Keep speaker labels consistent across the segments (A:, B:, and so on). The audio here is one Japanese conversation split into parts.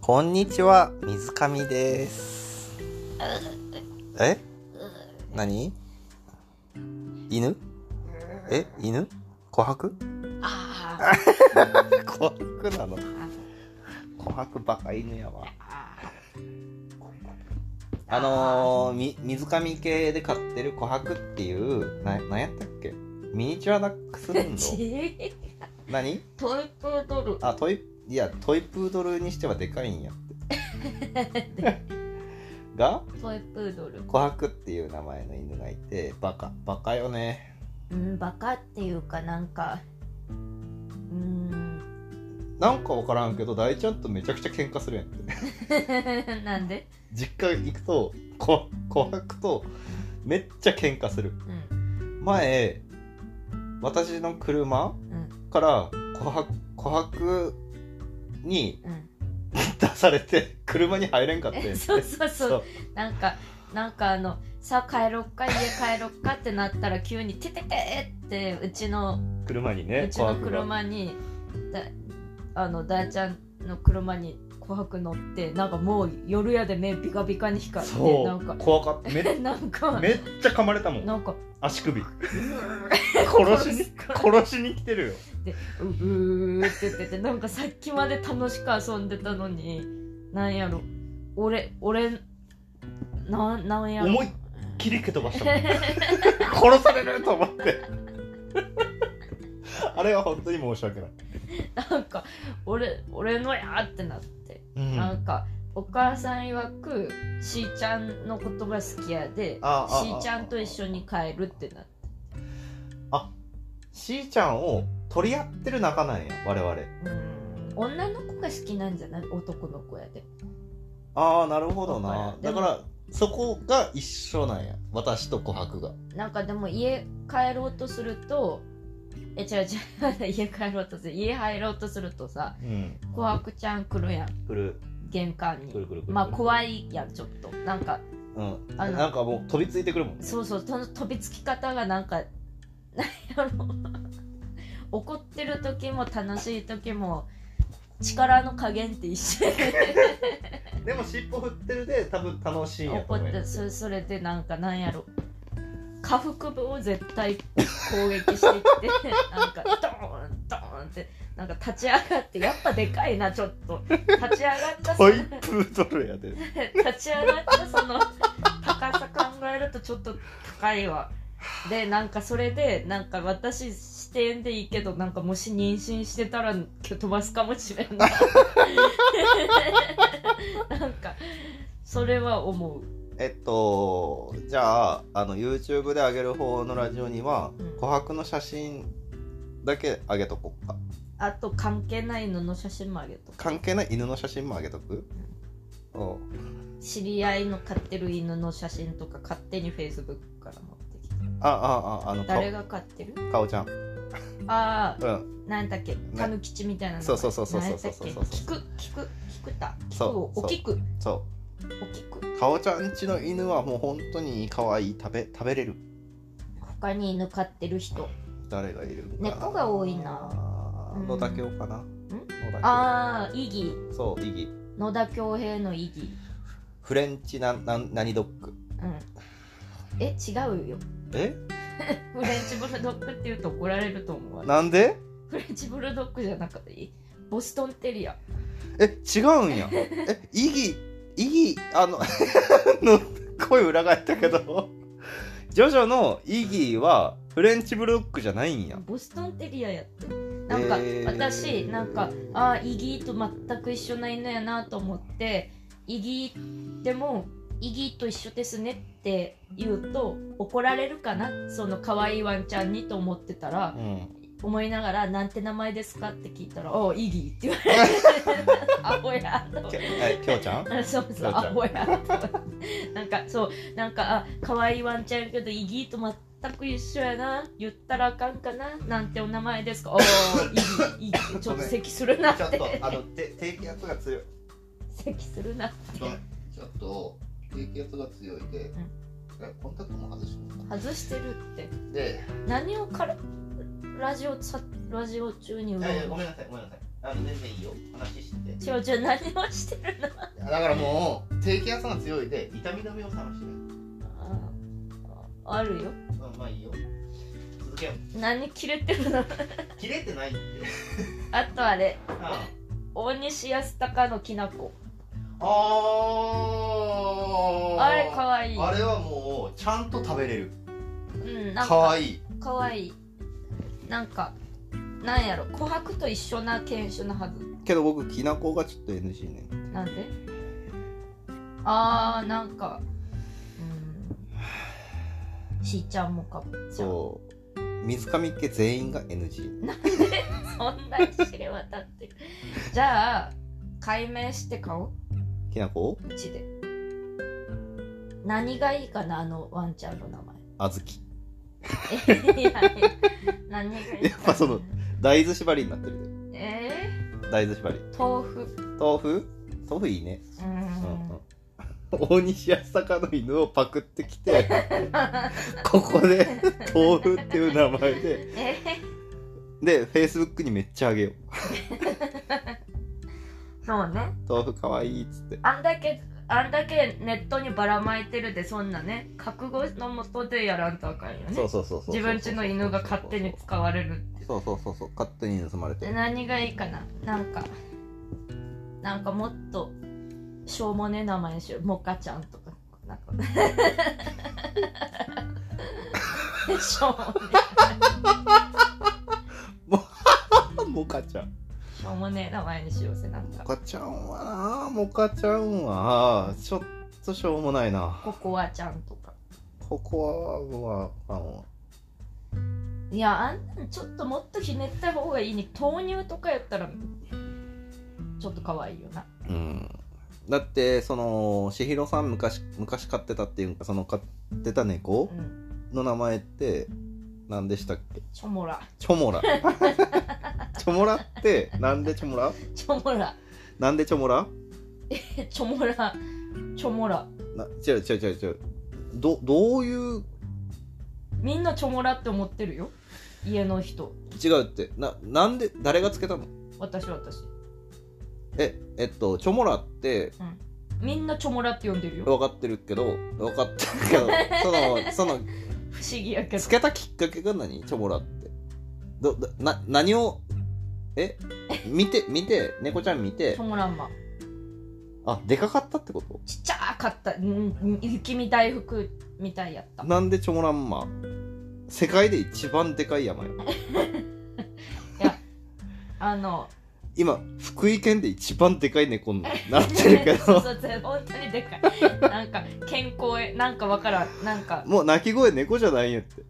A: こんにちは、水上です。え何犬え犬琥珀
B: あ
A: 琥珀なの
B: あ
A: 琥珀バカ犬やわ。
B: あ
A: あのー、み水上系で買ってる琥珀っていう、な、なんやったっけミニチュアダック スフンド
B: ち
A: 何
B: トイプードル
A: あ、トイ、いや、トイプードルにしてはでかいんやって。が、
B: トイプードル
A: 琥珀っていう名前の犬がいて、バカ。バカよね。
B: うんバカっていうかなんかうん
A: なんかわからんけど、大ちゃんとめちゃくちゃ喧嘩するんやって。
B: なんで
A: 実家行くと、こ琥珀とめっちゃ喧嘩する。
B: うん
A: 前、私の車
B: うん
A: から琥珀、琥珀に
B: うん
A: 出されて、車に入れんかったんやっ
B: え
A: て。
B: そうそうそう
A: そう
B: なんかなんかあのさあ帰ろっか家帰ろっかってなったら急に「ててて!」ってうちの
A: 車にね
B: う、ちの
A: 琥珀が
B: 車にだあの大ちゃんの車に琥珀乗ってなんかもう夜やで目ビカビカに光って
A: そ
B: なんか
A: う怖かっためっ
B: なんか
A: めっちゃ噛まれたもん
B: なんか
A: 足首殺
B: 殺
A: しに
B: す
A: 殺しに来てるよ
B: で ううーって言っててなんかさっきまで楽しく遊んでたのになんやろ俺俺なんなんやろ
A: 思いっ切り蹴飛ばしたもん殺されると思って あれは本当に申し訳ない、
B: なんか俺俺のやってなって、
A: うん、
B: なんかお母さん曰くしーちゃんのことが好きやで
A: あああ
B: しーちゃんと一緒に帰るってなって
A: しーちゃんを取り合ってる仲なんや我々
B: うん女の子が好きなんじゃない男の子やで
A: ああなるほど
B: わ
A: な
B: かる
A: だからそこが一緒なんや私と琥珀が
B: なんかでも家帰ろうとするとえ違う違う 家帰ろうとする家入ろうとするとさ
A: うん
B: 琥珀ちゃん来るやん
A: くる
B: 玄関
A: くる
B: に
A: くるくる
B: まあ怖
A: い、
B: いやんちょっとなんか
A: うん、
B: あの
A: なんかもう飛びついてくるもんね
B: そうそうと飛びつき方がなんか なんやろ 怒ってる時も楽しい時も力の加減って一緒や
A: でも尻尾振ってるで多分楽しいんやと
B: 怒
A: 思
B: っ
A: うよ
B: てそそれでなんかなんやろ下腹部を絶対攻撃してきて なんかドーンドーンってなんか立ち上がってやっぱでかいなちょっと立ち上がった
A: ト
B: その
A: イ
B: 立
A: プードルやで
B: ち上がったその高さ考えるとちょっと高いわでなんかそれでなんか私視点でいいけどなんかもし妊娠してたら飛ばすかもしれんない なんかそれは思う
A: えっとじゃああの YouTube で上げる方のラジオには
B: うん
A: 琥珀の写真だけ上げとこっか
B: あと関係ないのの写真もあげとか
A: 関係ない犬の写真も上げとくお
B: 知り合いの飼ってる犬の写真とか勝手に Facebook から持ってきて
A: ああああの
B: 誰
A: か
B: が飼ってる
A: かおちゃん
B: あ
A: うん
B: あなんだっけタヌキチみたいなの
A: そうそうそうそう
B: 何
A: そ
B: や
A: う
B: った
A: そう
B: っ
A: そ
B: け
A: うそ
B: 聞
A: う
B: く聞く聞くた聞く
A: そう
B: を
A: そう
B: 大きく
A: そ
B: 大きく
A: うかおちゃんちの犬はもう本当に可愛い食べ食べれる
B: 他に犬飼ってる人
A: 誰がいるかな
B: 猫が多いな
A: あー
B: うん
A: 野田京かな野田
B: ああイギ
A: 京そうイギ
B: 野田恭平のイギ
A: フレンチなんなん何ドッグ
B: うんえ違うよ
A: え
B: フレンチブルドッグって言うと怒られると思う
A: なんで
B: フレンチブルドッグじゃなかったボストンテリア
A: え違うんやえ意義意義あの の声裏返ったけどジョジョのイギーはフレンチブルドッグじゃないんや
B: ボストンテリアやってなんか、
A: えー
B: 私なんかあーイギーと全く一緒な犬やなと思ってイギーでもイギーと一緒ですねって言うと怒られるかなその可愛いワンちゃんにと思ってたら
A: うん
B: 思いながら「なんて名前ですか?」って聞いたら「おうイギー」って言われ て「アホや」と
A: きょえきょうちゃん
B: あそうそう、アホや。なんか、そう、なんか、あ、可愛いワンちゃんやけど、イギーと全く一緒やな。言ったらあかんかな。なんてお名前 ですか。おー、イギー、イギー、ちょっと咳するなっ。
A: ちょってとあのて低気圧が強い
B: 咳するなって。
A: ちょっと低気圧が強いで、
B: ん
A: コンタクトも外して
B: 外してるって。
A: で
B: 何をから、ラジオさ、ラジオ中にうろうろ
A: めんなさいごめんなさいあの全然いいよ話してて
B: ちょちょ何をしてるの
A: いやだからもう低気圧が強いで痛み止めを探してる
B: あああるよ
A: うんまあいいよ続けよう
B: 何切れてるの
A: 切れてない って
B: あとあれ
A: あ
B: 大西康隆のきなこ
A: あ
B: あれかわいい
A: あれはもうちゃんと食べれる
B: うんなん
A: か
B: か
A: わいい
B: かわいいなんかなんやろ琥珀と一緒な犬種のはず
A: けど僕きなこがちょっと NG ね
B: なんであーなんかうんしーちゃんもかもちゃん
A: そう水上家全員が NG
B: そんなに知れ渡ってるじゃあ解明して買おう
A: きなこ
B: うちで何がいいかなあのワンちゃんの名
A: あずき
B: 前 いやいや何がいいかな
A: やっぱその大豆縛りになってるで
B: え
A: 大豆縛り
B: ー、豆腐
A: 豆腐豆腐いいね、
B: う
A: うん
B: ん
A: う ん、大西康隆の犬をパクってき てここで 豆腐っていう名前で
B: え
A: でフェイスブックにめっちゃあげよう
B: そうね
A: 豆腐かわいいっつって
B: あんだけあんだけネットにばらまいてるでそんなね覚悟のもとでやらんとあかんよね
A: そうそうそうそう
B: 自分家の犬が勝手に使われる
A: そうそうそうそう勝手に盗まれて
B: で何がいいかななんかなんかもっとしょうもねえ名前にしようモカちゃんとかなんか しょうもね
A: モカちゃん
B: えしょうもねえ名前にしようぜなん
A: モ
B: か
A: カちゃんはなモカちゃんはちょっとしょうもないな
B: ココアちゃんとか
A: ここはあの
B: いやあんなんちょっともっとひねった方がいいに豆乳とかやったらちょっと可愛いよな
A: うんだってその千尋さん昔昔飼ってたっていうかその飼ってた猫
B: うん
A: の名前って何でしたっけ
B: チョモラ
A: チョモ ラチョモラってなんでチョモラ
B: チョモラ
A: なんでチョモラ
B: チョモラチョモラ
A: な違う違う違う違うどどういう
B: みんなチョモラって思ってるよ家の人
A: 違うってななんで誰がつけたの
B: 私私
A: ええっとチョモラって
B: みんなチョモラって呼んでるよ
A: 分かってるけど分かってるけどそのその
B: 不思議やけど
A: つけたきっかけが何チョモラってどどな何をえ見て見て猫ちゃん見て
B: チョモランマ
A: あでかかったってこと
B: ちっちゃかったうん雪見大福みたいやった
A: なんでチョモランマ世界で一番でかい山よ
B: あの
A: 今福井県で一番でかい猫になってるけ
B: そう
A: ど
B: そうそう本当にでかいなんか健康へなんかわからんなんか
A: もう鳴き声猫じゃないんやって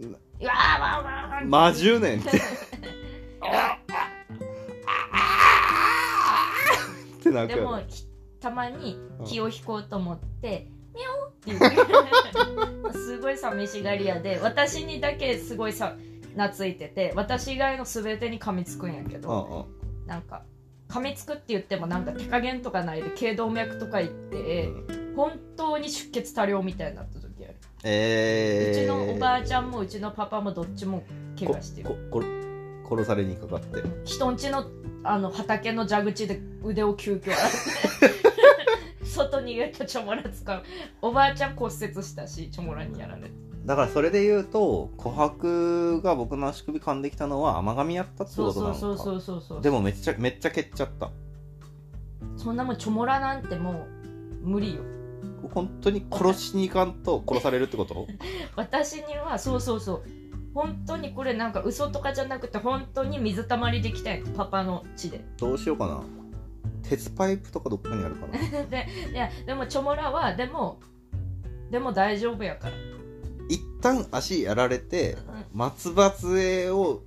B: うんうわーわーわーわー
A: 魔10年ってって鳴
B: で
A: くよ
B: も
A: ね
B: ひたまに
A: うん
B: 気を引こうと 思って「ミャオ!」って言ってすごい寂しがり屋で私にだけすごいさ懐いてて私以外の全てに噛みつくんやけ
A: う
B: ど、
A: んうん
B: なんか噛みつくって言ってもなんか手加減とかないで頸動脈とか行って本当に出血多量みたいになった時ある、
A: えー、
B: うちのおばあちゃんもうちのパパもどっちも怪我してる
A: こここ殺されにかかって
B: 人んちのあの畑の蛇口で腕を急遽洗って外逃げたチョモラ使うおばあちゃん骨折したしチョモラにやられて
A: だからそれで言うと琥珀が僕の足首噛んできたのは甘髪やったって
B: そ
A: こ
B: う
A: と
B: そ
A: な
B: うそう
A: の
B: そ
A: か
B: うそうそう
A: でもめっちゃめっちゃ蹴っちゃった
B: そんなもんチョモラなんてもう無理よ
A: 本当に殺しに行かんと殺されるってこと
B: 私にはそうそうそう本当にこれなんか嘘とかじゃなくて本当に水たまりできたいパパの血で
A: どうしようかな鉄パイプとかどっかにあるかな
B: でいやでもチョモラはでもでも大丈夫やから
A: 一旦足やられて
B: うん
A: 松葉杖を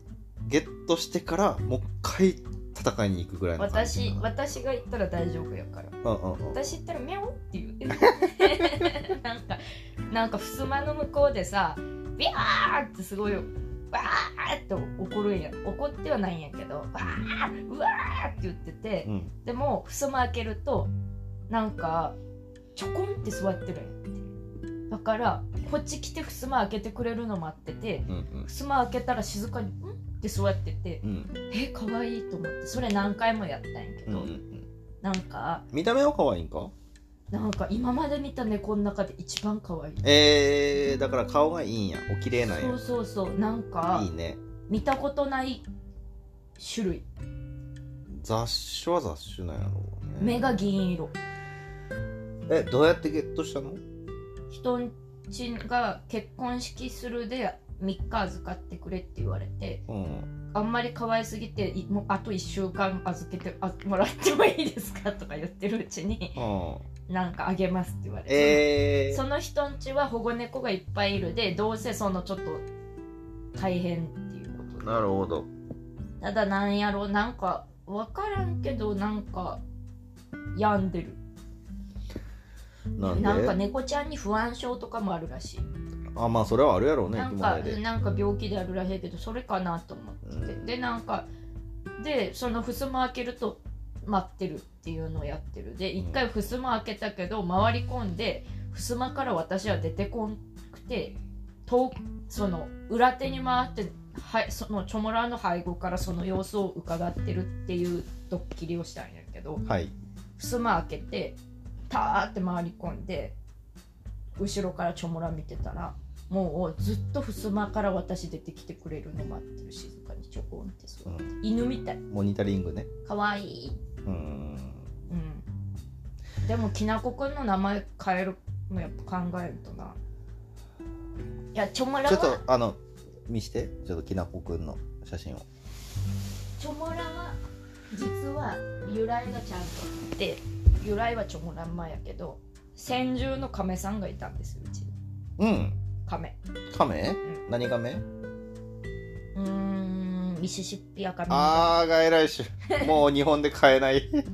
A: ゲットしてからもう一回戦いに行くぐらいの感じ
B: 私私が言ったら大丈夫やから
A: うんうんうん
B: 私言ったらミャオっていう なんかなんか襖の向こうでさビャーってすごいわーって怒るんや怒ってはないんやけどわーうわーって言ってて
A: うん
B: でも襖開けるとなんかちょこんって座ってるんやだからこっち来て襖開けてくれるの待ってて
A: うんうん
B: 襖開けたら静かに「んでそうやってて
A: うん
B: え可愛いと思ってそれ何回もやったんやけ
A: うんう
B: ど、
A: ん
B: なんか
A: 見た目は可愛いんか
B: なんか今まで見た猫の中で一番可愛い
A: えー、だから顔がいいんやお綺麗なん
B: そ
A: や
B: うそうそうなんか
A: いいね
B: 見たことない種類
A: 雑種は雑種なんやろうね
B: 目が銀色
A: えどうやってゲットしたの
B: 人んちが結婚式するで3日預かってくれって言われて
A: うん
B: あんまり可愛すぎていもうあと1週間預けてあもらってもいいですかとか言ってるうちに
A: うん
B: なんかあげますって言われて、
A: え
B: その人んちは保護猫がいっぱいいるでどうせそのちょっと大変っていう
A: ー、
B: ことで
A: なるほど
B: ただなんやろなんか分からんけどなんか病んでる
A: なんで
B: なんか猫ちゃんに不安症とかもあるらしい
A: あまあそれはあるやろうね
B: なん
A: 今
B: か
A: までで
B: なんか病気であるらしいけどそれかなと思って、
A: うん
B: でなんかでその襖開けると待ってるっていうのをやってるで一回襖開けたけど回り込んで襖から私は出てこんくて遠くその裏手に回ってはいそのチョモラーの背後からその様子を伺ってるっていうドッキリをしたんやけど
A: はい
B: 襖開けてパーって回り込んで後ろからチョモラ見てたらもうずっと襖から私出てきてくれるの待ってる静かにちょこんってそううん犬みたい
A: モニタリングね
B: かわいい、
A: うん
B: うん、でもきなこくんの名前変えるのやっぱ考えるとないやチョモラ
A: ちょっと
B: は
A: あの見してちょっときなこくんの写真を
B: チョモラは実は由来がちゃんとあって由来はチョモランマやけど先住の亀さんがいたんですようちに
A: うん
B: 亀
A: カメ
B: ん
A: 何カメ
B: うーんミシシッピアカミ
A: あー外来種もう日本で買えない
B: う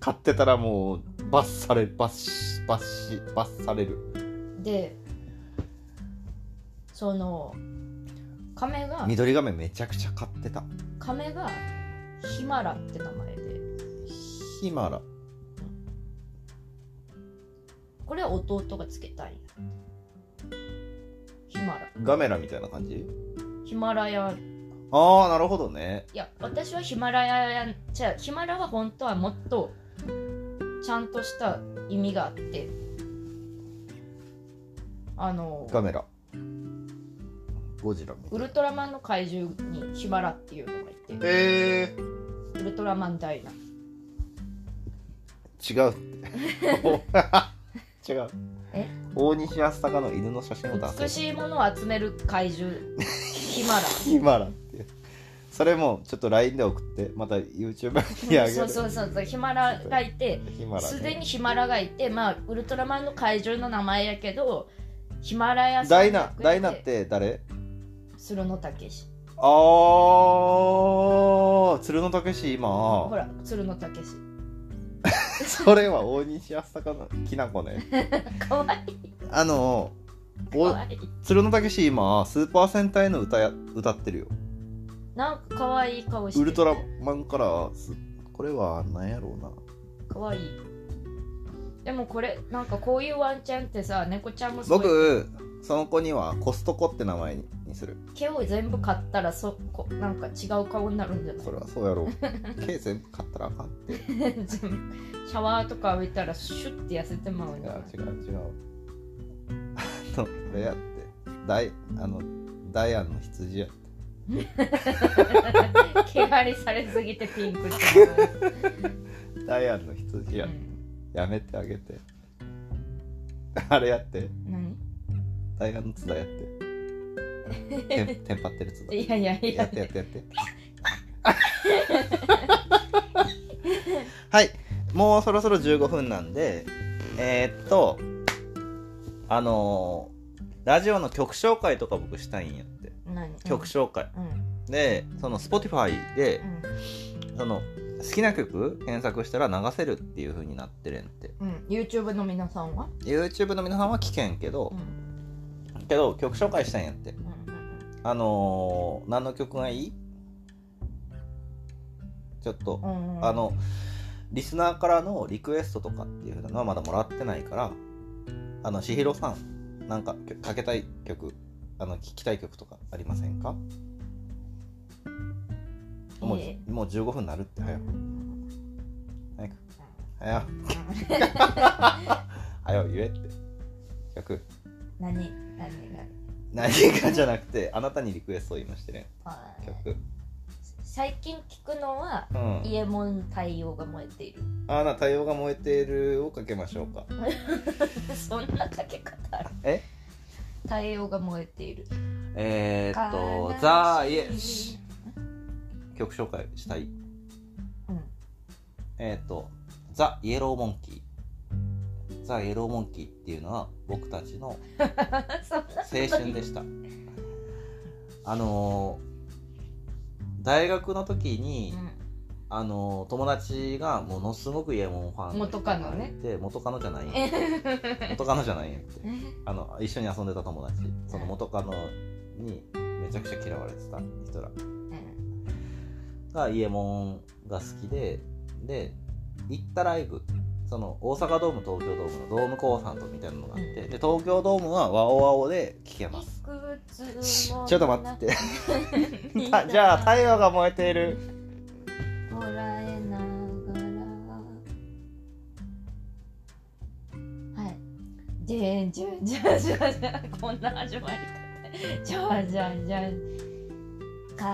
A: 買ってたらもう罰され罰し罰し罰される
B: んでその亀が
A: 緑ガメめちゃくちゃ買ってた
B: 亀がヒマラって名前で
A: ヒマラ
B: これは弟がつけたいヒマラ
A: ガメラみたいな感じ
B: ヒマラヤ
A: ああなるほどね
B: いや私はヒマラヤやじゃあヒマラは本当はもっとちゃんとした意味があってあの
A: ガメラゴジラみた
B: ウ
A: いな
B: ルトラマンの怪獣にヒマラっていうのがいて
A: え
B: ウルトラマンダイナ
A: ー、違う って違う
B: え
A: 大西康隆の犬の写真を出せ
B: 美しいものを集める怪獣ヒマラ
A: ヒマラってそれもちょっと LINE で送ってまた YouTuber にあげる
B: そうそうそうそうヒマラがいて
A: ヒマラね
B: すでにヒマラがいてまあウルトラマンの怪獣の名前やけどヒマラヤ
A: ダイ
B: 山
A: ナ
B: 脈
A: ダイナって誰
B: 鶴のたけし
A: あー鶴のたけし今
B: ほら鶴のたけし
A: それは大西康隆のきなこ ね
B: かわいい
A: あの
B: か
A: お
B: わいい
A: 鶴のたけし今スーパー戦隊の歌や歌ってるよ
B: なんかかわいい顔して
A: ウルトラマンからすこれは何やろうな
B: かわいいでもこれなんかこういうワンちゃんってさ猫ちゃんもすごい
A: 僕その子にはコストコって名前にする
B: 毛を全部買ったらそこなんか違う顔になるんじゃない
A: それはそうや ろう毛全部買ったらあかん
B: 全部シャワーとか浴びたらシュッて痩せてまうん
A: い
B: だ
A: や違う違うあのこれやってダイあのダイアンの羊や
B: 毛刈りされすぎてピンクって
A: ダイアンの羊や、
B: うん
A: やめてあげて あれやって
B: 何
A: ダイアンの津田や ってテンテンパってる津田
B: いやいやい
A: やっ
B: や
A: てやってやって はいもうそろそろ15分なんでえーっとあのーラジオの曲紹介とか僕したいんやって
B: 何
A: 曲紹介、
B: うんうん
A: でその Spotify でその好きな曲検索したら流せるっていう風になってるんって
B: うん、うん、YouTube の皆さんは
A: YouTube の皆さんは聞けんけど
B: う、ん
A: けど曲紹介したんやって
B: うんうん
A: あのー、何の曲がいいちょっと、
B: うんうん
A: あのリスナーからのリクエストとかっていうのはまだもらってないからあのしひろさんなんかきょかけたい曲あの聞きたい曲とかありませんかもう,、
B: え
A: もう15分になるって早く早く早く早く言えって早く
B: 何何何
A: 何かじゃなくてあなたにリクエストを今してね
B: あー
A: 曲
B: 最近聞くのは
A: うん
B: 「伊右衛門太陽が燃えている
A: あな太陽が燃えているをかけましょうか」
B: そんなかけ方ある
A: え
B: 太陽が燃えている
A: えー、っと
B: 悲しい
A: ザイエス曲紹介したい
B: うん
A: えっ、と、ザ・イエローモンキー。ザ・イエローモンキーっていうのは僕たちの
B: そんな
A: 青春でした。あのー大学の時に、あのー友達がものすごくイエモンファンの人がいて
B: 元カノ
A: 元カノ
B: ね
A: じゃないよ
B: うん
A: 元カノじゃないよってあの一緒に遊んでた友達その元カノにめちゃくちゃ嫌われてた人ら
B: うん
A: が伊右衛門が好きでで行ったライブその大阪ドーム東京ドームのドームコンサートみたいなのがあってで東京ドームはワオワオで聴けます
B: ち
A: ちょっと待って あじゃあ太陽が燃えている
B: こらえながらはいでんじゅんじゃじゃじゃこんな始まり方じゃじゃじゃ悲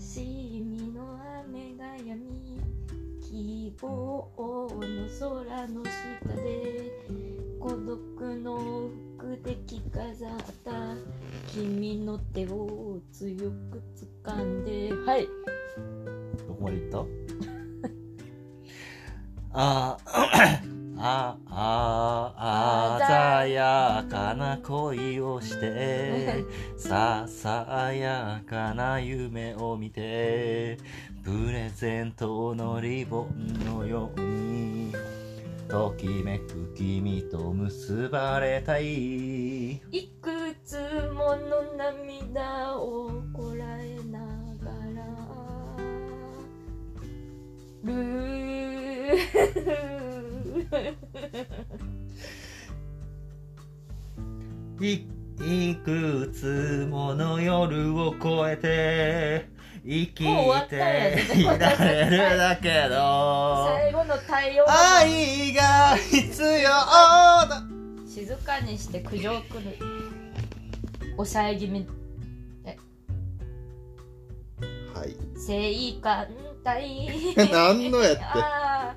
B: しみの雨がやみ希望の空の下で孤独の服で着飾った君の手を強く掴んではい
A: どこまで行ったあ ーあああ鮮やかな恋をしてささやかな夢を見てプレゼントのリボンのようにときめく君と結ばれたい
B: いくつもの涙をこらえながらルー
A: いいくつもの夜を越えて生き
B: もう終わったや
A: て
B: つ
A: いられるだけど
B: 最後の太陽が
A: 愛が必要だ
B: 静かにして苦情くる抑え気味
A: はい
B: 正反対
A: 何のやって
B: あ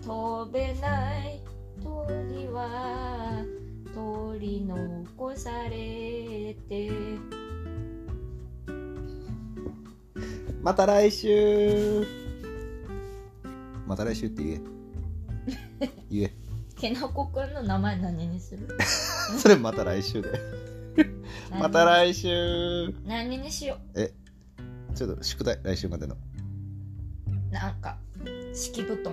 B: ー 飛べない鳥は取り残されて
A: また来週また来週って言え言え
B: きなこくんの名前何にする
A: それまた 来週でまた来週
B: 何にしよ
A: ちょっと宿題来週までの
B: うなんか敷布団